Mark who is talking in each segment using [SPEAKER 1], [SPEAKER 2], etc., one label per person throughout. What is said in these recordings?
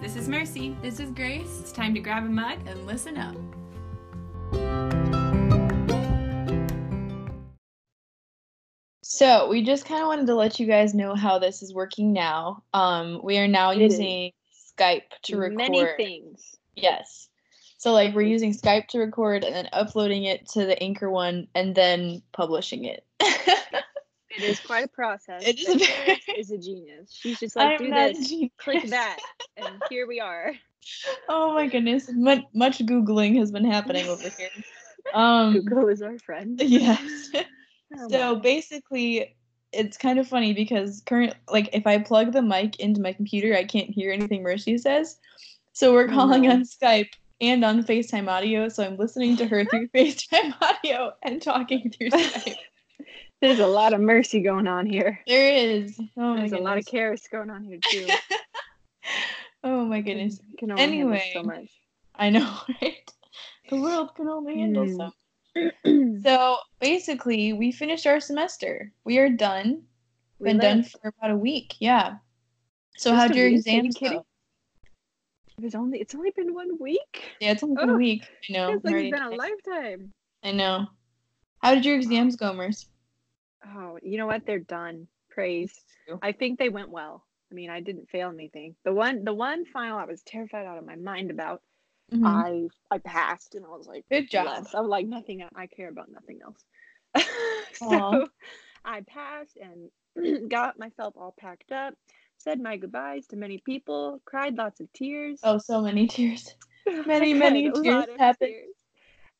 [SPEAKER 1] This is Mercy.
[SPEAKER 2] This is Grace,
[SPEAKER 1] It's time to grab a mug.
[SPEAKER 2] and listen up.
[SPEAKER 3] So we just kind of wanted to let you guys know how this is working now. Um, we are now
[SPEAKER 4] It is.
[SPEAKER 3] using Skype to record.
[SPEAKER 4] many things.
[SPEAKER 3] Yes. So like we're using Skype to record and then uploading it to the Anchor one and then publishing it.
[SPEAKER 4] It is quite a process.
[SPEAKER 3] It is
[SPEAKER 4] but
[SPEAKER 3] very-
[SPEAKER 4] Grace is a genius. She's just
[SPEAKER 3] I
[SPEAKER 4] like,
[SPEAKER 3] am
[SPEAKER 4] do
[SPEAKER 3] not a
[SPEAKER 4] this,
[SPEAKER 3] genius.
[SPEAKER 4] click that, and here we are.
[SPEAKER 3] Oh my goodness, much, much googling has been happening over here. Um,
[SPEAKER 4] Google is our friend.
[SPEAKER 3] yes.
[SPEAKER 4] Oh
[SPEAKER 3] So
[SPEAKER 4] my.
[SPEAKER 3] basically, it's kind of funny because current like if I plug the mic into my computer, I can't hear anything Mercy says. So we're
[SPEAKER 4] Oh,
[SPEAKER 3] calling
[SPEAKER 4] no.
[SPEAKER 3] on Skype and on FaceTime audio. So I'm listening to her through FaceTime audio and talking through Skype.
[SPEAKER 4] there's a lot of mercy going on here.
[SPEAKER 3] there is. Oh my
[SPEAKER 4] There's a lot of
[SPEAKER 3] goodness.
[SPEAKER 4] chaos going on here too.
[SPEAKER 3] Oh my goodness.
[SPEAKER 4] We Can only handle
[SPEAKER 3] Anyway.
[SPEAKER 4] so much.
[SPEAKER 3] I know, right? The world can only handle
[SPEAKER 4] Hmm.
[SPEAKER 3] so So basically, we finished our semester. We are done.
[SPEAKER 4] We
[SPEAKER 3] Been done
[SPEAKER 4] live.
[SPEAKER 3] for about a week. Yeah. So
[SPEAKER 4] Just
[SPEAKER 3] how'd
[SPEAKER 4] a
[SPEAKER 3] your
[SPEAKER 4] week? Are you
[SPEAKER 3] exams
[SPEAKER 4] kidding?
[SPEAKER 3] go?
[SPEAKER 4] It was only it's only been one week.
[SPEAKER 3] Yeah, it's only been a
[SPEAKER 4] Oh,
[SPEAKER 3] week. I know.
[SPEAKER 4] It's like
[SPEAKER 3] already
[SPEAKER 4] it's been a Um,
[SPEAKER 3] did.
[SPEAKER 4] lifetime.
[SPEAKER 3] I know. How did your exams go, Merce?
[SPEAKER 4] Oh, you know what? They're done. Praise. I think they went well. I mean, I didn't fail anything. The one the one final I was terrified out of my mind about,
[SPEAKER 3] Mhm.
[SPEAKER 4] I I passed and I was like
[SPEAKER 3] Good job.
[SPEAKER 4] Yes. I'm like nothing. I care about nothing else.
[SPEAKER 3] Aw.
[SPEAKER 4] so I passed and got myself all packed up, said my goodbyes to many people, cried lots of tears.
[SPEAKER 3] Oh, so many tears.
[SPEAKER 4] I
[SPEAKER 3] many, many
[SPEAKER 4] cried a
[SPEAKER 3] tears
[SPEAKER 4] lot of
[SPEAKER 3] happened.
[SPEAKER 4] tears.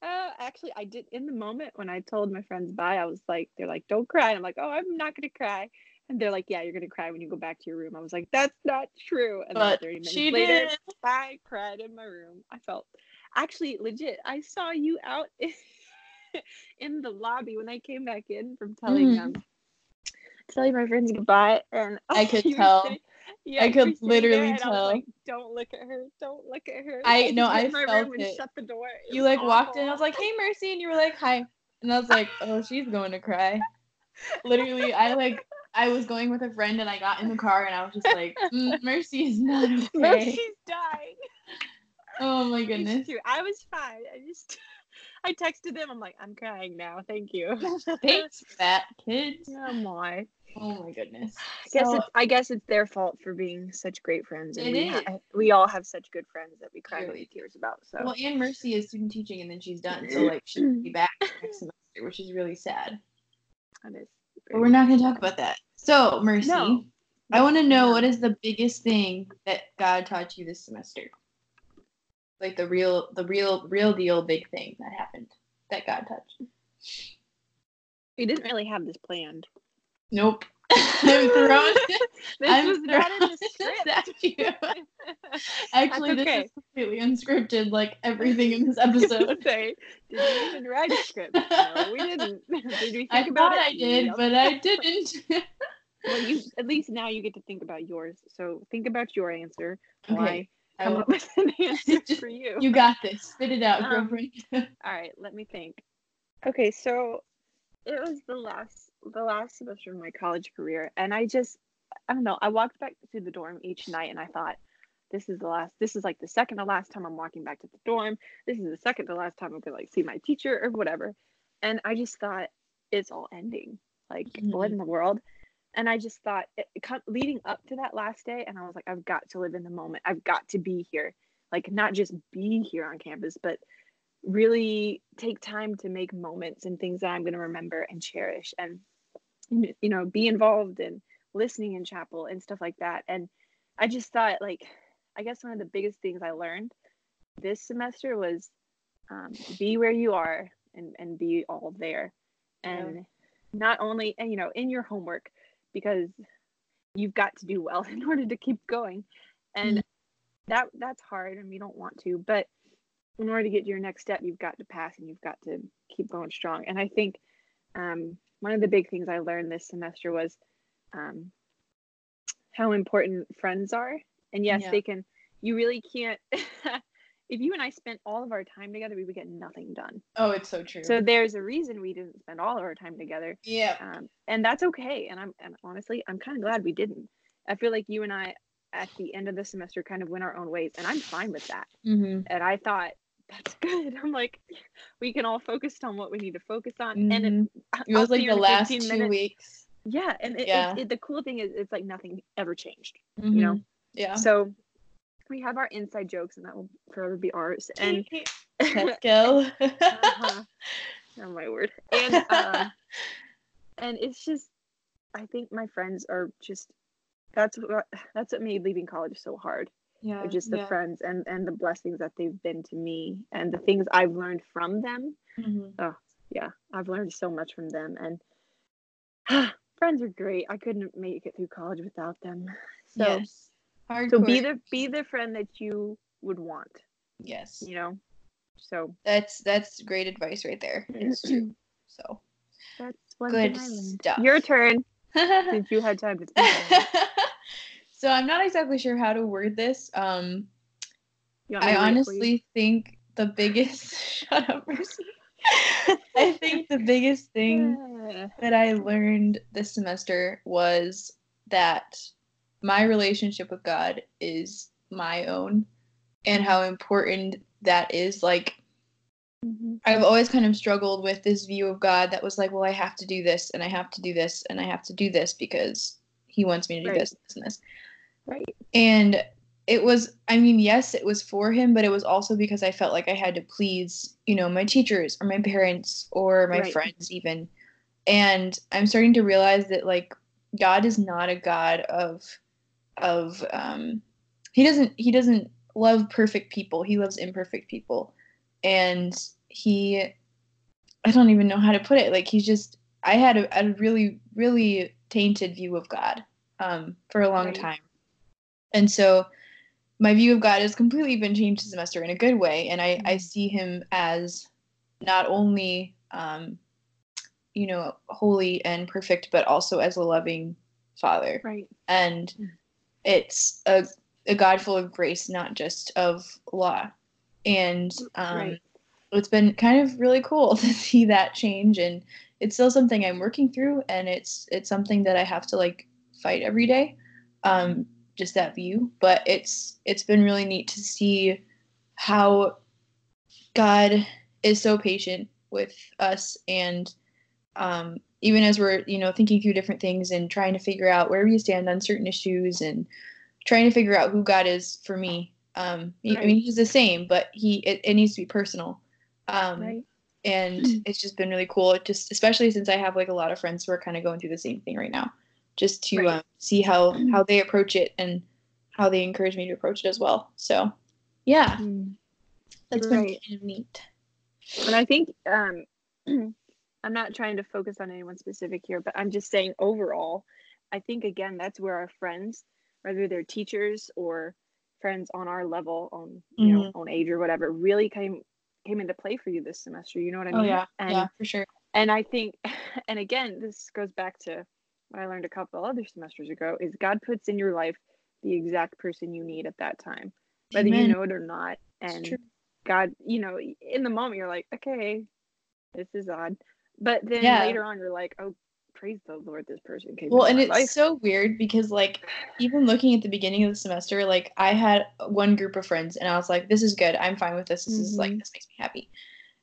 [SPEAKER 4] Uh, actually, I did in the moment when I told my friends bye. I was like, they're like, don't cry. And I'm like, oh, I'm not gonna cry. And they're like, yeah, you're gonna cry when you go back to your room. I was like, that's not true. And then
[SPEAKER 3] But
[SPEAKER 4] 30 minutes
[SPEAKER 3] she
[SPEAKER 4] later,
[SPEAKER 3] did.
[SPEAKER 4] I cried in my room. I felt actually legit. I saw you out in the lobby when I came back in from telling
[SPEAKER 3] Mhm.
[SPEAKER 4] them, telling my friends goodbye, and
[SPEAKER 3] I could
[SPEAKER 4] you were
[SPEAKER 3] tell.
[SPEAKER 4] sitting- yeah,
[SPEAKER 3] I
[SPEAKER 4] you
[SPEAKER 3] could
[SPEAKER 4] were sitting
[SPEAKER 3] literally
[SPEAKER 4] there, and I was
[SPEAKER 3] tell.
[SPEAKER 4] like, don't look at her. Don't look at her.
[SPEAKER 3] I-
[SPEAKER 4] just
[SPEAKER 3] no,
[SPEAKER 4] went
[SPEAKER 3] I
[SPEAKER 4] in my
[SPEAKER 3] felt
[SPEAKER 4] room
[SPEAKER 3] it.
[SPEAKER 4] and shut the door. It
[SPEAKER 3] You
[SPEAKER 4] was
[SPEAKER 3] like walked in. I was
[SPEAKER 4] awful.
[SPEAKER 3] like, "Hey, Mercy," and you were like, "Hi," and I was like, "Oh, she's going to cry." Literally, I like I was going with a friend and I got in the car and I was just like, mm, "Mercy is not
[SPEAKER 4] No,
[SPEAKER 3] okay."
[SPEAKER 4] she's dying.
[SPEAKER 3] Oh my
[SPEAKER 4] It's
[SPEAKER 3] goodness.
[SPEAKER 4] true. I was fine. I just, I texted them. I'm like, I'm crying now. Thank you.
[SPEAKER 3] Thanks for that, kids.
[SPEAKER 4] Oh my.
[SPEAKER 3] Oh my goodness.
[SPEAKER 4] I guess
[SPEAKER 3] So-
[SPEAKER 4] it's I guess it's their fault for being such great friends, and
[SPEAKER 3] It
[SPEAKER 4] we, ha-
[SPEAKER 3] is.
[SPEAKER 4] we all have such good friends that we cry
[SPEAKER 3] Truly.
[SPEAKER 4] many tears about. So
[SPEAKER 3] Well, Anne Mercy is student teaching and then she's done, so like she'll be back next semester, which is really sad.
[SPEAKER 4] that is
[SPEAKER 3] But
[SPEAKER 4] very-
[SPEAKER 3] we're not going to talk about that. So, Mercy,
[SPEAKER 4] No.
[SPEAKER 3] I want to know
[SPEAKER 4] No.
[SPEAKER 3] what is the biggest thing that God taught you this semester? Like the real, the real, real deal big thing that happened that God touched.
[SPEAKER 4] we didn't really have this planned.
[SPEAKER 3] Nope. I'm thrown.
[SPEAKER 4] This
[SPEAKER 3] I'm
[SPEAKER 4] was not in the
[SPEAKER 3] throwing
[SPEAKER 4] script.
[SPEAKER 3] this at you. Actually, this
[SPEAKER 4] okay.
[SPEAKER 3] is completely unscripted, like everything in this episode.
[SPEAKER 4] say, did we even write a script? No, we didn't. Did we think
[SPEAKER 3] I
[SPEAKER 4] about
[SPEAKER 3] thought
[SPEAKER 4] it?
[SPEAKER 3] I did,
[SPEAKER 4] No.
[SPEAKER 3] but I didn't.
[SPEAKER 4] well, you at least now you get to think about yours. So think about your answer. Why
[SPEAKER 3] I
[SPEAKER 4] come
[SPEAKER 3] will-
[SPEAKER 4] up with an answer
[SPEAKER 3] Just-
[SPEAKER 4] for you?
[SPEAKER 3] You got this. Spit it out,
[SPEAKER 4] Um,
[SPEAKER 3] girlfriend.
[SPEAKER 4] All right, let me think. Okay, so it was the last the last semester of my college career, and I just I don't know. I walked back to the dorm each night, and I thought, this is the last. This is like the second to last time I'm walking back to the dorm. This is the second to last time I'm gonna like see my teacher or whatever. And I just thought it's all ending. Like what in the world? And I just thought it, it come, leading up to that last day, and I was like, I've got to live in the moment. I've got to be here. Like not just be here on campus, but really take time to make moments and things that I'm going to remember and cherish and you know be involved in listening in chapel and stuff like that and I just thought like I guess one of the biggest things I learned this semester was um, be where you are and and be all there and not only and you know in your homework because you've got to do well in order to keep going and that that's hard and you don't want to but in order to get to your next step, you've got to pass and you've got to keep going strong. And I think um, one of the big things I learned this semester was um, how important friends are. And yes,
[SPEAKER 3] Yeah.
[SPEAKER 4] they can, you really can't. if you and I spent all of our time together, we would get nothing done.
[SPEAKER 3] Oh, it's so true.
[SPEAKER 4] So there's a reason we didn't spend all of our time together
[SPEAKER 3] yeah.
[SPEAKER 4] um, and that's okay. And I'm and honestly, I'm kind of glad we didn't. I feel like you and I at the end of the semester kind of went our own ways, and I'm fine with that.
[SPEAKER 3] Mm-hmm.
[SPEAKER 4] And I thought that's good. I'm like, we can all focus on what we need to focus on, and it,
[SPEAKER 3] Mhm.
[SPEAKER 4] I-
[SPEAKER 3] It
[SPEAKER 4] I'll
[SPEAKER 3] was
[SPEAKER 4] see
[SPEAKER 3] like
[SPEAKER 4] you
[SPEAKER 3] the
[SPEAKER 4] in
[SPEAKER 3] last
[SPEAKER 4] 15
[SPEAKER 3] two
[SPEAKER 4] minutes.
[SPEAKER 3] weeks.
[SPEAKER 4] Yeah, and it,
[SPEAKER 3] Yeah.
[SPEAKER 4] It, it, the cool thing is, it's like nothing ever changed. You know?
[SPEAKER 3] Mhm. Yeah.
[SPEAKER 4] Mm-hmm. So we have our inside jokes, and that will forever be ours. And
[SPEAKER 3] Tesco.
[SPEAKER 4] uh-huh. oh my word, and um, and it's just, I think my friends are just. That's what that's what made leaving college so hard.
[SPEAKER 3] yeah.
[SPEAKER 4] are just the
[SPEAKER 3] yeah.
[SPEAKER 4] friends and and the blessings that they've been to me and the things I've learned from them.
[SPEAKER 3] Mhm.
[SPEAKER 4] Yeah, I've learned so much from them and friends are great. I couldn't make it through college without them. So
[SPEAKER 3] yes. Hardcore.
[SPEAKER 4] so be the be the friend that you would want,
[SPEAKER 3] yes.
[SPEAKER 4] you know. So
[SPEAKER 3] That's that's great advice right there. It's true. So.
[SPEAKER 4] that's one
[SPEAKER 3] Good
[SPEAKER 4] thing I learned.
[SPEAKER 3] stuff.
[SPEAKER 4] Your turn. Did you had time to think? on it?
[SPEAKER 3] so I'm not exactly sure how to word this. Um,
[SPEAKER 4] You want me
[SPEAKER 3] I
[SPEAKER 4] to read it for you?
[SPEAKER 3] honestly think the biggest shut up, Mercy. I think the biggest thing
[SPEAKER 4] Yeah.
[SPEAKER 3] that I learned this semester was that my relationship with God is my own and how important that is. Like,
[SPEAKER 4] Mhm.
[SPEAKER 3] I've always kind of struggled with this view of God that was like, well, I have to do this and I have to do this and I have to do this because He wants me to do
[SPEAKER 4] Right.
[SPEAKER 3] this, this, and this.
[SPEAKER 4] Right.
[SPEAKER 3] And it was, I mean, yes, it was for Him, but it was also because I felt like I had to please, you know, my teachers or my parents or my
[SPEAKER 4] Right.
[SPEAKER 3] friends, even. And I'm starting to realize that, like, God is not a God of, of, um, He doesn't, He doesn't love perfect people. He loves imperfect people and he i don't even know how to put it like he's just i had a, a really really tainted view of god um, for a long
[SPEAKER 4] Right.
[SPEAKER 3] time and so my view of god has completely been changed this semester in a good way and i, I
[SPEAKER 4] Mhm.
[SPEAKER 3] see him as not only um, you know holy and perfect but also as a loving father
[SPEAKER 4] Right.
[SPEAKER 3] and
[SPEAKER 4] Mm.
[SPEAKER 3] it's a, a god full of grace not just of law and um,
[SPEAKER 4] Right.
[SPEAKER 3] it's been kind of really cool to see that change and it's still something i'm working through and it's it's something that i have to like fight every day um, just that view but it's it's been really neat to see how god is so patient with us and um, even as we're you know thinking through different things and trying to figure out where we stand on certain issues and trying to figure out who God is for me. Um, he- I
[SPEAKER 4] Right.
[SPEAKER 3] mean, he's the same, but he it, it needs to be personal. Um,
[SPEAKER 4] Right.
[SPEAKER 3] And it's just been really cool, just especially since I have like a lot of friends who are kind of going through the same thing right now, just to
[SPEAKER 4] Right.
[SPEAKER 3] um, see how how they approach it and how they encourage me to approach it as well. So, yeah,
[SPEAKER 4] Mm.
[SPEAKER 3] that's been
[SPEAKER 4] Right.
[SPEAKER 3] kind of neat.
[SPEAKER 4] And I think um, I'm not trying to focus on anyone specific here, but I'm just saying overall, I think again that's where our friends, whether they're teachers or friends on our level, on you know,
[SPEAKER 3] Mm-hmm.
[SPEAKER 4] on age or whatever, really came came into play for you this semester. You know what I mean?
[SPEAKER 3] Oh yeah,
[SPEAKER 4] And
[SPEAKER 3] yeah, for sure.
[SPEAKER 4] and I think, and again, this goes back to what I learned a couple other semesters ago: is God puts in your life the exact person you need at that time, whether
[SPEAKER 3] Amen.
[SPEAKER 4] you know it or not.
[SPEAKER 3] It's
[SPEAKER 4] And
[SPEAKER 3] true.
[SPEAKER 4] God, you know, in the moment you're like, okay, this is odd, but then
[SPEAKER 3] Yeah.
[SPEAKER 4] later on you're like, oh, praise the Lord, this person came.
[SPEAKER 3] Well,
[SPEAKER 4] into
[SPEAKER 3] and it's
[SPEAKER 4] my life.
[SPEAKER 3] so weird because like even looking at the beginning of the semester, like I had one group of friends and I was like, this is good. I'm fine with this. This is like
[SPEAKER 4] Mhm.
[SPEAKER 3] this makes me happy.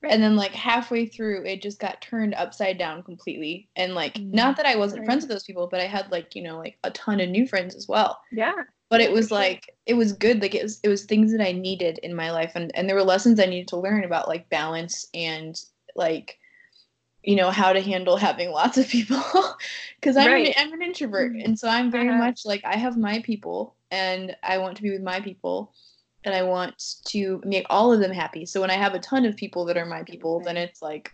[SPEAKER 4] Right.
[SPEAKER 3] And then like halfway through, it just got turned upside down completely. And like
[SPEAKER 4] Mm,
[SPEAKER 3] not that I wasn't
[SPEAKER 4] right.
[SPEAKER 3] friends with those people, but I had like, you know, like a ton of new friends as well.
[SPEAKER 4] yeah,
[SPEAKER 3] But
[SPEAKER 4] Yeah,
[SPEAKER 3] it
[SPEAKER 4] for
[SPEAKER 3] was
[SPEAKER 4] sure.
[SPEAKER 3] like it was good. Like it was it was things that I needed in my life and, and there were lessons I needed to learn about like balance and like you know how to handle having lots of people because I'm, an,
[SPEAKER 4] Right.
[SPEAKER 3] I'm an introvert
[SPEAKER 4] Mhm.
[SPEAKER 3] and so i'm very
[SPEAKER 4] Uh-huh.
[SPEAKER 3] much like i have my people and i want to be with my people and i want to make all of them happy so when i have a ton of people that are my people then
[SPEAKER 4] Right.
[SPEAKER 3] it's like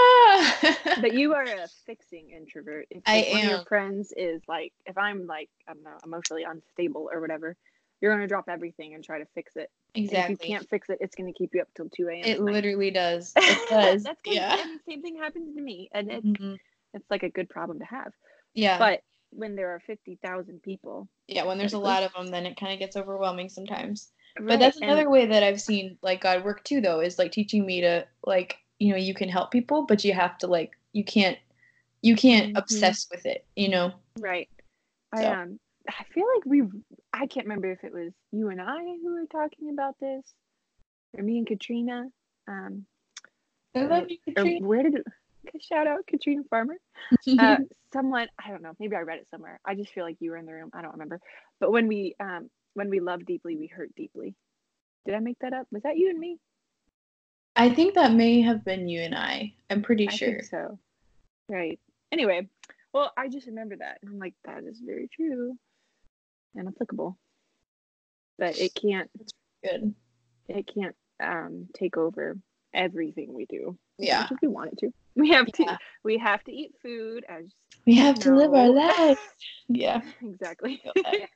[SPEAKER 3] ah
[SPEAKER 4] but you are a fixing introvert. If,
[SPEAKER 3] I
[SPEAKER 4] if one of your
[SPEAKER 3] am.
[SPEAKER 4] friends is like, if I'm like, I don't know, emotionally unstable or whatever, you're gonna drop everything and try to fix it. And if you
[SPEAKER 3] exactly
[SPEAKER 4] can't fix it, it's gonna keep you up till two a.m.
[SPEAKER 3] it
[SPEAKER 4] at night.
[SPEAKER 3] literally does it does
[SPEAKER 4] That's good.
[SPEAKER 3] yeah
[SPEAKER 4] And the same thing happens to me, and it,
[SPEAKER 3] Mhm.
[SPEAKER 4] it's like a good problem to have.
[SPEAKER 3] yeah
[SPEAKER 4] But when there are fifty thousand people,
[SPEAKER 3] yeah when there's a
[SPEAKER 4] Right.
[SPEAKER 3] lot of them then it kind of gets overwhelming sometimes
[SPEAKER 4] Right,
[SPEAKER 3] but that's
[SPEAKER 4] and-
[SPEAKER 3] another way that i've seen like god work too though is like teaching me to like you know you can help people but you have to like you can't you can't
[SPEAKER 4] Mhm.
[SPEAKER 3] obsess with it you know
[SPEAKER 4] Right. I
[SPEAKER 3] So.
[SPEAKER 4] um I feel like we I can't remember if it was you and I who were talking about this or me and Katrina. Um,
[SPEAKER 3] I love you,
[SPEAKER 4] or
[SPEAKER 3] Katrina.
[SPEAKER 4] where did it, shout out Katrina Farmer? Uh, someone I don't know. Maybe I read it somewhere. I just feel like you were in the room. I don't remember. But when we um when we love deeply, we hurt deeply. Did I make that up? Was that you and me?
[SPEAKER 3] I think that may have been you and I. I'm pretty
[SPEAKER 4] I
[SPEAKER 3] sure.
[SPEAKER 4] think so. Right. Anyway, well, I just remember that, and I'm like, that is very true and applicable. But it can't
[SPEAKER 3] Good.
[SPEAKER 4] it can't um take over everything we do.
[SPEAKER 3] Yeah.
[SPEAKER 4] Which if we want it to. We have to
[SPEAKER 3] Yeah.
[SPEAKER 4] we have to eat food as
[SPEAKER 3] We have to live our
[SPEAKER 4] No.
[SPEAKER 3] lives. Yeah.
[SPEAKER 4] exactly.
[SPEAKER 3] Okay.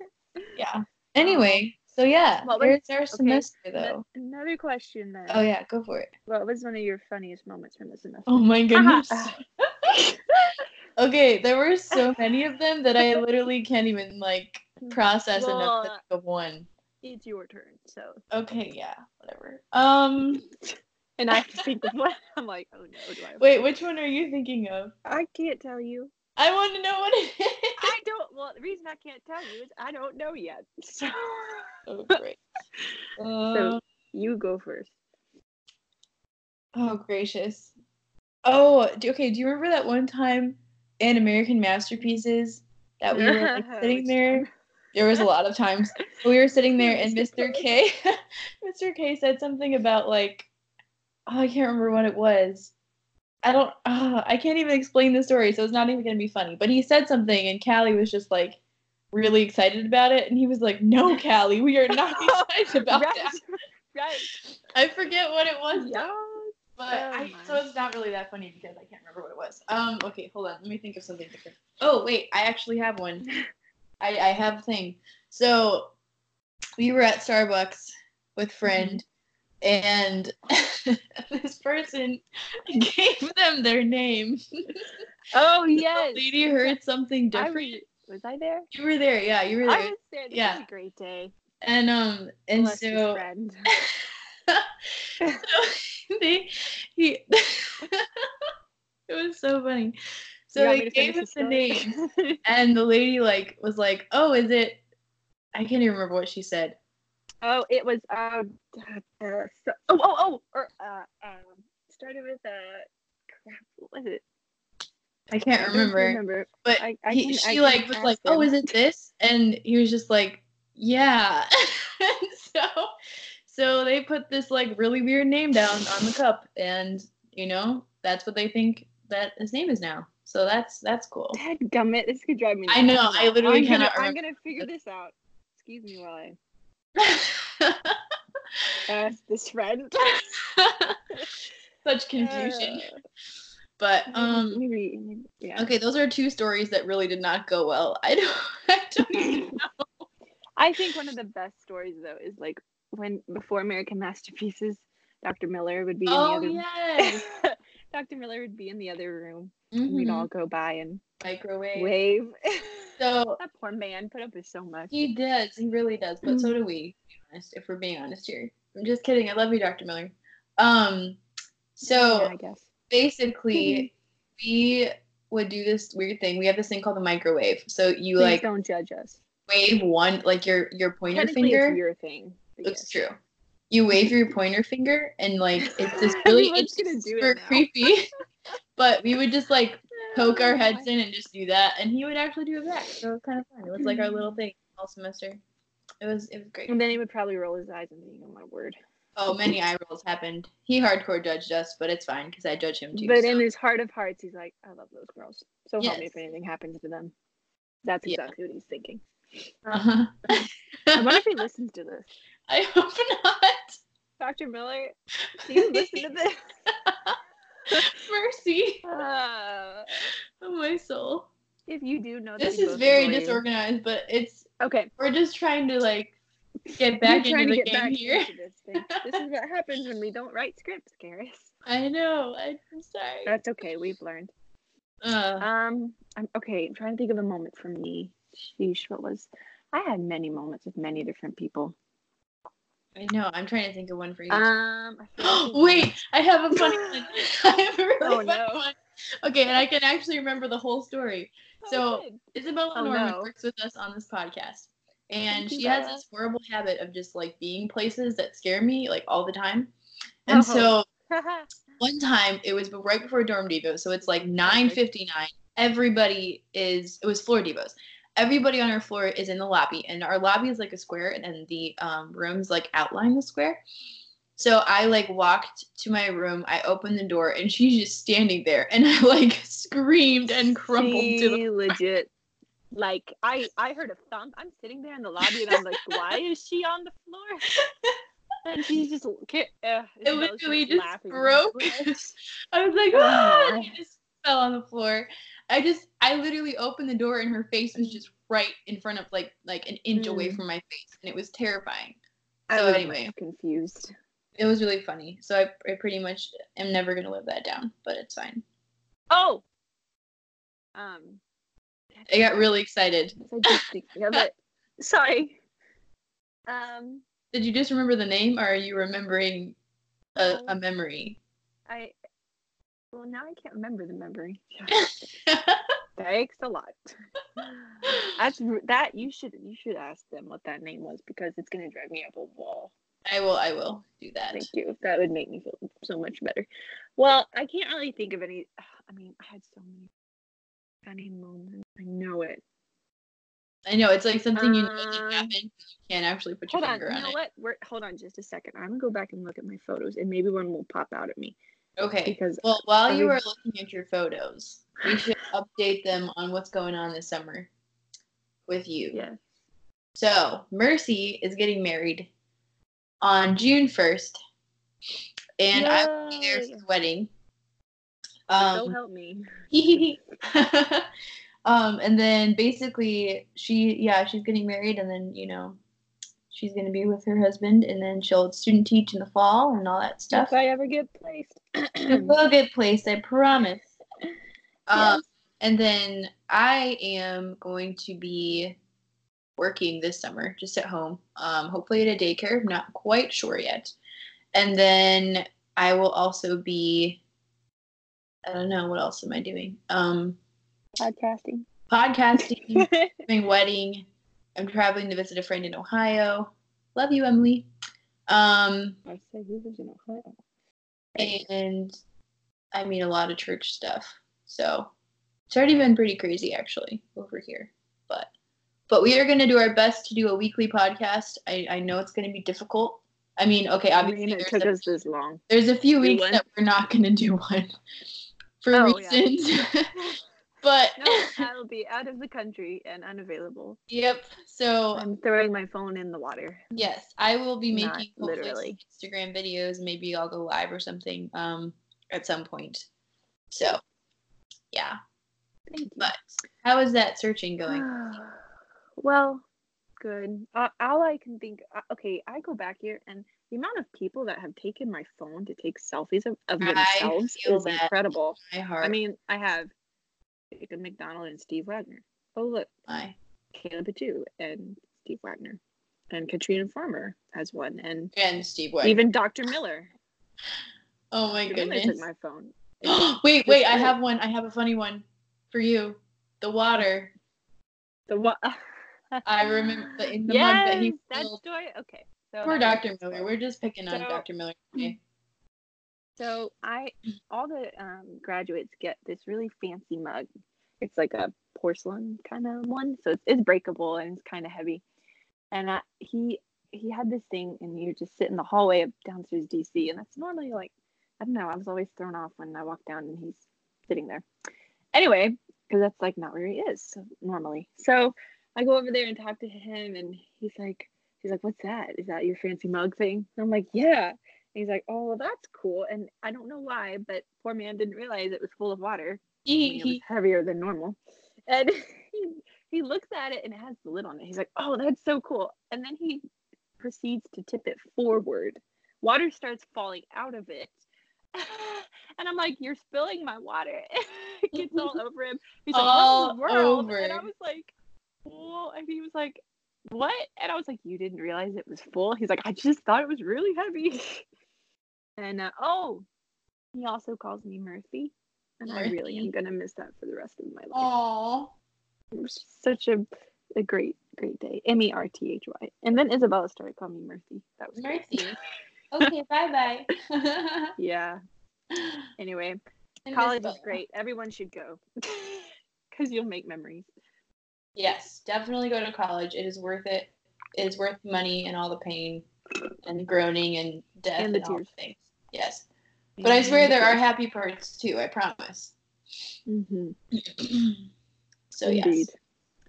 [SPEAKER 3] Yeah. Anyway, so yeah,
[SPEAKER 4] What was-
[SPEAKER 3] there's our semester though.
[SPEAKER 4] Another question then.
[SPEAKER 3] Oh yeah, go for it.
[SPEAKER 4] What was one of your funniest moments from the semester?
[SPEAKER 3] Oh my goodness.
[SPEAKER 4] Ah.
[SPEAKER 3] okay, there were so many of them that I literally can't even like process enough to
[SPEAKER 4] Well,
[SPEAKER 3] think of one.
[SPEAKER 4] It's your turn, so
[SPEAKER 3] Okay, yeah, whatever. Um,
[SPEAKER 4] and I have to think of what I'm like, oh no, do I
[SPEAKER 3] wait, which one are you thinking of?
[SPEAKER 4] I can't tell you.
[SPEAKER 3] I want to know what it is.
[SPEAKER 4] I don't. Well, the reason I can't tell you is I don't know yet. So
[SPEAKER 3] Oh great. Uh,
[SPEAKER 4] you go first.
[SPEAKER 3] Oh gracious. Oh, do, okay. Do you remember that one time in American Masterpieces that we were like, sitting
[SPEAKER 4] Which
[SPEAKER 3] there?
[SPEAKER 4] time?
[SPEAKER 3] There was a lot of times we were sitting there, and Mr.
[SPEAKER 4] Mr.
[SPEAKER 3] K, Mr. K said something about like, oh, I can't remember what it was. I don't. ah, I can't even explain the story, so it's not even gonna be funny. But he said something, and Callie was just like really excited about it, and he was like, "No, Callie, we are not excited about
[SPEAKER 4] right,
[SPEAKER 3] that."
[SPEAKER 4] right.
[SPEAKER 3] I forget what it was.
[SPEAKER 4] Yeah.
[SPEAKER 3] But
[SPEAKER 4] Oh,
[SPEAKER 3] I,
[SPEAKER 4] my.
[SPEAKER 3] so it's not really that funny because I can't remember what it was. Um, okay, hold on. Let me think of something different. Oh, wait, I actually have one. I, I have a thing. So we were at Starbucks with
[SPEAKER 4] Mm-hmm.
[SPEAKER 3] friend and this person gave them their name.
[SPEAKER 4] Oh
[SPEAKER 3] The
[SPEAKER 4] yes.
[SPEAKER 3] lady heard something
[SPEAKER 4] I
[SPEAKER 3] different.
[SPEAKER 4] was, was I there?
[SPEAKER 3] you were there, yeah, you were
[SPEAKER 4] I
[SPEAKER 3] there.
[SPEAKER 4] was there. This
[SPEAKER 3] Yeah.
[SPEAKER 4] was a great day.
[SPEAKER 3] And um and
[SPEAKER 4] Bless his
[SPEAKER 3] so
[SPEAKER 4] friend.
[SPEAKER 3] so they he it was so funny so
[SPEAKER 4] You want me
[SPEAKER 3] they
[SPEAKER 4] to
[SPEAKER 3] gave
[SPEAKER 4] finish
[SPEAKER 3] us the
[SPEAKER 4] story?
[SPEAKER 3] name and the lady like was like oh is it i can't even remember what she said
[SPEAKER 4] oh, it was um. Uh, uh, so, oh oh oh. Or uh um. Started with uh. Crap. What was it?
[SPEAKER 3] i can't
[SPEAKER 4] don't
[SPEAKER 3] remember
[SPEAKER 4] remember.
[SPEAKER 3] but
[SPEAKER 4] I- I
[SPEAKER 3] he,
[SPEAKER 4] can- I
[SPEAKER 3] she
[SPEAKER 4] can
[SPEAKER 3] like was like
[SPEAKER 4] ask
[SPEAKER 3] oh
[SPEAKER 4] him."
[SPEAKER 3] is it this and he was just like yeah And so so they put this like really weird name down on the cup and you know that's what they think that his name is now so that's that's cool
[SPEAKER 4] Dad gummit, this could drive me
[SPEAKER 3] I know, I literally
[SPEAKER 4] am
[SPEAKER 3] cannot
[SPEAKER 4] I'm
[SPEAKER 3] remember.
[SPEAKER 4] gonna figure this out. Excuse me while I ask this friend.
[SPEAKER 3] such confusion
[SPEAKER 4] Uh,
[SPEAKER 3] but um
[SPEAKER 4] maybe, maybe- yeah.
[SPEAKER 3] okay those are two stories that really did not go well i don't i don't even know
[SPEAKER 4] I think one of the best stories though is like when before American Masterpieces, Dr. Miller would be in
[SPEAKER 3] oh
[SPEAKER 4] the other
[SPEAKER 3] yes
[SPEAKER 4] Dr. Miller would be in the other room. and We'd all
[SPEAKER 3] Mhm.
[SPEAKER 4] go by and
[SPEAKER 3] microwave
[SPEAKER 4] wave.
[SPEAKER 3] so
[SPEAKER 4] that poor man put up with so much.
[SPEAKER 3] he does he really does but
[SPEAKER 4] Mm.
[SPEAKER 3] so do we to be honest, if we're being honest here i'm just kidding i love you dr miller um so
[SPEAKER 4] Yeah, I guess.
[SPEAKER 3] basically we would do this weird thing we have this thing called the microwave so you
[SPEAKER 4] Please
[SPEAKER 3] like
[SPEAKER 4] don't judge us.
[SPEAKER 3] wave one like your your pointer
[SPEAKER 4] Technically,
[SPEAKER 3] finger
[SPEAKER 4] it's your thing. but
[SPEAKER 3] It's
[SPEAKER 4] yes.
[SPEAKER 3] true. You wave your pointer finger and like it's just really
[SPEAKER 4] Everyone's
[SPEAKER 3] it's
[SPEAKER 4] gonna
[SPEAKER 3] just
[SPEAKER 4] do it
[SPEAKER 3] super
[SPEAKER 4] now.
[SPEAKER 3] creepy. but we would just like poke our
[SPEAKER 4] Oh,
[SPEAKER 3] heads
[SPEAKER 4] my-
[SPEAKER 3] in and just do that, and he would actually do it back. So it was kind of fun. It was like our little thing all semester. It was it was great.
[SPEAKER 4] And then he would probably roll his eyes and think, "Oh my word!"
[SPEAKER 3] Oh, many eye rolls happened. He hardcore judged us, but it's fine because I judge him too.
[SPEAKER 4] But
[SPEAKER 3] so.
[SPEAKER 4] in his heart of hearts, he's like, "I love those girls. So help me
[SPEAKER 3] Yes.
[SPEAKER 4] if anything happens to them." That's
[SPEAKER 3] Yeah.
[SPEAKER 4] exactly what he's thinking.
[SPEAKER 3] uh-huh.
[SPEAKER 4] I wonder if he listens to this.
[SPEAKER 3] I hope not.
[SPEAKER 4] Dr. Miller, do you listen to this?
[SPEAKER 3] Mercy,
[SPEAKER 4] Uh,
[SPEAKER 3] oh my soul.
[SPEAKER 4] if you do know, that
[SPEAKER 3] This
[SPEAKER 4] we
[SPEAKER 3] is
[SPEAKER 4] both
[SPEAKER 3] very
[SPEAKER 4] adore you.
[SPEAKER 3] disorganized, but it's
[SPEAKER 4] Okay,
[SPEAKER 3] we're just trying to like get back
[SPEAKER 4] We're
[SPEAKER 3] into
[SPEAKER 4] trying to
[SPEAKER 3] the
[SPEAKER 4] get back
[SPEAKER 3] game here.
[SPEAKER 4] into this thing. This is what happens when we don't write scripts, Karis.
[SPEAKER 3] I know. I- I'm sorry.
[SPEAKER 4] That's okay. We've learned.
[SPEAKER 3] Uh,
[SPEAKER 4] Um, I'm okay. I'm trying to think of a moment for me. Sheesh, what was? I had many moments with many different people.
[SPEAKER 3] I know. I'm trying to think of one for you.
[SPEAKER 4] Um, I forget who-
[SPEAKER 3] Wait, I have a funny one. I have a really
[SPEAKER 4] Oh,
[SPEAKER 3] funny
[SPEAKER 4] no.
[SPEAKER 3] one. Okay, and I can actually remember the whole story. So-
[SPEAKER 4] Oh, good.
[SPEAKER 3] Isabella
[SPEAKER 4] Oh,
[SPEAKER 3] Norman
[SPEAKER 4] no.
[SPEAKER 3] works with us on this podcast. And
[SPEAKER 4] Thank you,
[SPEAKER 3] she has
[SPEAKER 4] Bella.
[SPEAKER 3] this horrible habit of just like being places that scare me like all the time. And
[SPEAKER 4] Oh.
[SPEAKER 3] so one time it was right before dorm devo so it's like 9.59 everybody is it was floor devos everybody on our floor is in the lobby and our lobby is like a square and then the um, rooms like outline the square so i like walked to my room i opened the door and she's just standing there and i like screamed and crumpled to the
[SPEAKER 4] She legit. Like I, I heard a thump. I'm sitting there in the lobby and I'm like, why is she on the floor? And she's just, ki- uh,
[SPEAKER 3] it
[SPEAKER 4] Isabella's
[SPEAKER 3] literally just
[SPEAKER 4] laughing.
[SPEAKER 3] broke. I was like,
[SPEAKER 4] Oh,
[SPEAKER 3] ah!
[SPEAKER 4] no.
[SPEAKER 3] and I just fell on the floor. I just, I literally opened the door and her face was just right in front of like, like an inch away
[SPEAKER 4] Mm.
[SPEAKER 3] from my face, and it was terrifying.
[SPEAKER 4] I
[SPEAKER 3] So
[SPEAKER 4] was
[SPEAKER 3] anyway.
[SPEAKER 4] confused.
[SPEAKER 3] It was really funny. So I, I pretty much am never gonna live that down, but it's fine.
[SPEAKER 4] Oh. Um.
[SPEAKER 3] I got really excited.
[SPEAKER 4] I just thinking of it. Sorry. Um.
[SPEAKER 3] Did you just remember the name, or are you remembering a,
[SPEAKER 4] Um,
[SPEAKER 3] a memory?
[SPEAKER 4] I. Well, now I can't remember the memory. Thanks a lot. That's r- that you should you should ask them what that name was because it's gonna drive me up a wall.
[SPEAKER 3] I will. I will do that.
[SPEAKER 4] Thank you. That would make me feel so much better. Well, I can't really think of any. I mean, I had so many funny moments. I know it.
[SPEAKER 3] I know it's like something you know that
[SPEAKER 4] Um,
[SPEAKER 3] happened. You can't actually put
[SPEAKER 4] Hold
[SPEAKER 3] your
[SPEAKER 4] on.
[SPEAKER 3] finger
[SPEAKER 4] You
[SPEAKER 3] on
[SPEAKER 4] know
[SPEAKER 3] it.
[SPEAKER 4] what? We're hold on just a second. I'm gonna go back and look at my photos and maybe one will pop out at me
[SPEAKER 3] Okay.
[SPEAKER 4] because
[SPEAKER 3] Well, while you
[SPEAKER 4] Every-
[SPEAKER 3] are looking at your photos, we should update them on what's going on this summer with you.
[SPEAKER 4] yeah.
[SPEAKER 3] So, Mercy is getting married on June 1st, and I will be there
[SPEAKER 4] Yay.
[SPEAKER 3] for the wedding.
[SPEAKER 4] Oh, so
[SPEAKER 3] Um,
[SPEAKER 4] help me.
[SPEAKER 3] um, and then basically, she, yeah, she's getting married, and then, you know, she's going to be with her husband, and then she'll student teach in the fall and all that stuff.
[SPEAKER 4] If I ever get placed.
[SPEAKER 3] It will get placed, I promise. Um,
[SPEAKER 4] Yes.
[SPEAKER 3] and then I am going to be working this summer, just at home. Um, hopefully at a daycare. I'm not quite sure yet. And then I will also be. I don't know what else am I doing. Um,
[SPEAKER 4] Podcasting.
[SPEAKER 3] podcasting, doing wedding. I'm traveling to visit a friend in Ohio. Love you, Emily. Um,
[SPEAKER 4] I say who lives in Ohio.
[SPEAKER 3] and I mean a lot of church stuff. So it's already been pretty crazy actually over here. But but we are gonna do our best to do a weekly podcast. I, I know it's gonna be difficult. I mean, okay,
[SPEAKER 4] I mean,
[SPEAKER 3] obviously
[SPEAKER 4] it
[SPEAKER 3] there's
[SPEAKER 4] took
[SPEAKER 3] a,
[SPEAKER 4] us this long.
[SPEAKER 3] there's a few
[SPEAKER 4] do
[SPEAKER 3] weeks
[SPEAKER 4] one.
[SPEAKER 3] that we're not gonna do one for
[SPEAKER 4] Oh, yeah.
[SPEAKER 3] reasons. but
[SPEAKER 4] No, I'll be out of the country and unavailable.
[SPEAKER 3] yep. So
[SPEAKER 4] I'm throwing my phone in the water.
[SPEAKER 3] yes, I will be
[SPEAKER 4] Not
[SPEAKER 3] making hopefully
[SPEAKER 4] literally.
[SPEAKER 3] some Instagram videos. Maybe I'll go live or something um at some point. So yeah.
[SPEAKER 4] Thank you.
[SPEAKER 3] But how is that searching
[SPEAKER 4] Uh,
[SPEAKER 3] going?
[SPEAKER 4] well, good. Uh, all I can think, uh, okay, I go back here and the amount of people that have taken my phone to take selfies of, of
[SPEAKER 3] I
[SPEAKER 4] themselves
[SPEAKER 3] feel
[SPEAKER 4] is
[SPEAKER 3] that.
[SPEAKER 4] incredible.
[SPEAKER 3] My heart.
[SPEAKER 4] I mean, I have Jacob McDonald and Steve Wagner. Oh, look,
[SPEAKER 3] my.
[SPEAKER 4] Caleb Badu and Steve Wagner. And Katrina Farmer has one. And
[SPEAKER 3] And Steve White.
[SPEAKER 4] even Dr. Miller.
[SPEAKER 3] oh my
[SPEAKER 4] Dr. Miller took
[SPEAKER 3] goodness.
[SPEAKER 4] my phone.
[SPEAKER 3] wait, wait, I
[SPEAKER 4] Just-
[SPEAKER 3] have one. I have a funny one for you. The water.
[SPEAKER 4] The what?
[SPEAKER 3] I remember the, in the mug that
[SPEAKER 4] yes,
[SPEAKER 3] he
[SPEAKER 4] that
[SPEAKER 3] filled.
[SPEAKER 4] story. Okay. So
[SPEAKER 3] Poor
[SPEAKER 4] that
[SPEAKER 3] Dr.
[SPEAKER 4] was-
[SPEAKER 3] Miller. We're just picking on
[SPEAKER 4] So-
[SPEAKER 3] Dr. Miller today.
[SPEAKER 4] So I, all the um, graduates get this really fancy mug. It's like a porcelain kind of one, so it's, it's breakable and it's kind of heavy. And I, he he had this thing, and you just sit in the hallway of downstairs DC, and that's normally like I don't know. I was always thrown off when I walk down and he's sitting there. Anyway, because that's like not where he is so, normally. So I go over there and talk to him, and he's like, he's like, "What's that? Is that your fancy mug thing?" And I'm like, "Yeah." And he's like, "Oh, well, that's cool." And I don't know why, but poor man didn't realize it was full of water. I mean, it was
[SPEAKER 3] He,
[SPEAKER 4] heavier than normal. And he, he looks at it and it has the lid on it. He's like, "Oh, that's so cool." And then he proceeds to tip it forward. Water starts falling out of it. And I'm like, "You're spilling my water." it gets all over him. He's like, "What in the
[SPEAKER 3] All
[SPEAKER 4] world?" And
[SPEAKER 3] over.
[SPEAKER 4] I was like, "Well," and he was like, "What?" And I was like, "You didn't realize it was full." He's like, "I just thought it was really heavy." and uh, oh, he also calls me Murphy, and I really
[SPEAKER 3] Murphy.
[SPEAKER 4] am gonna miss that for the rest of my life.
[SPEAKER 3] oh,
[SPEAKER 4] It was such a a great great day. M E R T H Y. And then Isabella started calling me Murphy. That was great.
[SPEAKER 3] Mercy. Okay, bye bye.
[SPEAKER 4] Yeah. Anyway, college is great. Everyone should go because you'll make memories.
[SPEAKER 3] Yes, definitely go to college. It is worth it. It is worth money and all the pain and the groaning and death and,
[SPEAKER 4] And the
[SPEAKER 3] all the
[SPEAKER 4] tears.
[SPEAKER 3] things. Yes. But I swear there are happy parts too, I promise.
[SPEAKER 4] Mm-hmm.
[SPEAKER 3] so yes.
[SPEAKER 4] Indeed.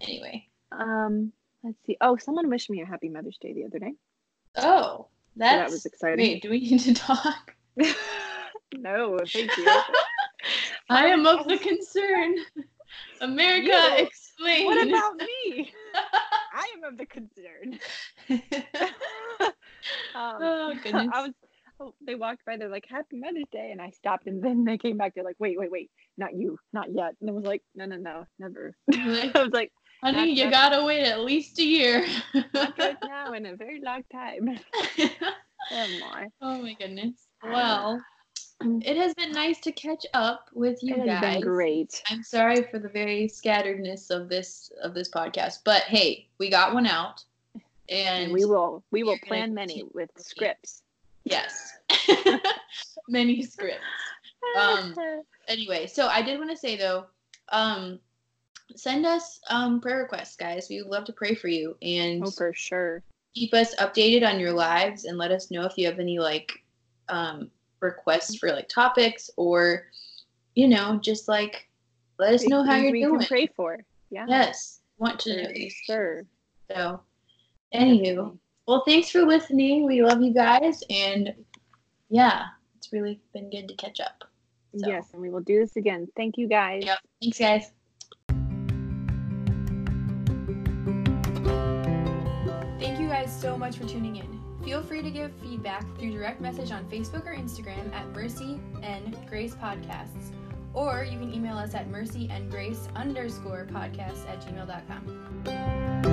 [SPEAKER 3] Anyway.
[SPEAKER 4] Um, let's see. Oh, someone wished me a happy Mother's Day the other day.
[SPEAKER 3] Oh,
[SPEAKER 4] So
[SPEAKER 3] that's
[SPEAKER 4] that was exciting.
[SPEAKER 3] Wait, do we need to talk?
[SPEAKER 4] no, thank you.
[SPEAKER 3] I am of the concern. America,
[SPEAKER 4] You-
[SPEAKER 3] explain.
[SPEAKER 4] what about me? I am of the concern. um,
[SPEAKER 3] oh goodness.
[SPEAKER 4] I was. oh, They walked by. They're like, "Happy Mother's Day," and I stopped. And then they came back. They're like, "Wait, wait, wait! Not you, not yet." And I was like, "No, no, no, never."
[SPEAKER 3] Like,
[SPEAKER 4] I was like,
[SPEAKER 3] Honey, you gotta wait at least a year.
[SPEAKER 4] "Not good now in a very long time." Oh my!
[SPEAKER 3] oh my goodness. Well, it has been nice to catch up with you
[SPEAKER 4] Mm. It has
[SPEAKER 3] guys.
[SPEAKER 4] been great.
[SPEAKER 3] I'm sorry for the very scatteredness of this of this podcast, but hey, we got one out, and,
[SPEAKER 4] And, we will we
[SPEAKER 3] you're
[SPEAKER 4] will
[SPEAKER 3] gonna
[SPEAKER 4] plan many
[SPEAKER 3] continue
[SPEAKER 4] with
[SPEAKER 3] working.
[SPEAKER 4] scripts.
[SPEAKER 3] yes, many scripts. Um, Anyway, so I did want to say though, um, send us um, prayer requests, guys. We would love to pray for you, and
[SPEAKER 4] oh, for sure.
[SPEAKER 3] keep us updated on your lives and let us know if you have any like um, requests for like topics or you know just like let us know how
[SPEAKER 4] Things
[SPEAKER 3] you're
[SPEAKER 4] we
[SPEAKER 3] doing.
[SPEAKER 4] Can pray for. Yeah.
[SPEAKER 3] Yes, want to know
[SPEAKER 4] For
[SPEAKER 3] these.
[SPEAKER 4] sure.
[SPEAKER 3] So, anywho, well, thanks for listening. We love you guys, and yeah, it's really been good to catch up. So.
[SPEAKER 4] Yes, and we will do this again. Thank you guys.
[SPEAKER 3] Yep. Thanks, guys.
[SPEAKER 2] Thank you guys so much for tuning in. Feel free to give feedback through direct message on Facebook or Instagram at Mercy and Grace Podcasts, or you can email us at mercyandgrace underscore podcasts at gmail.com.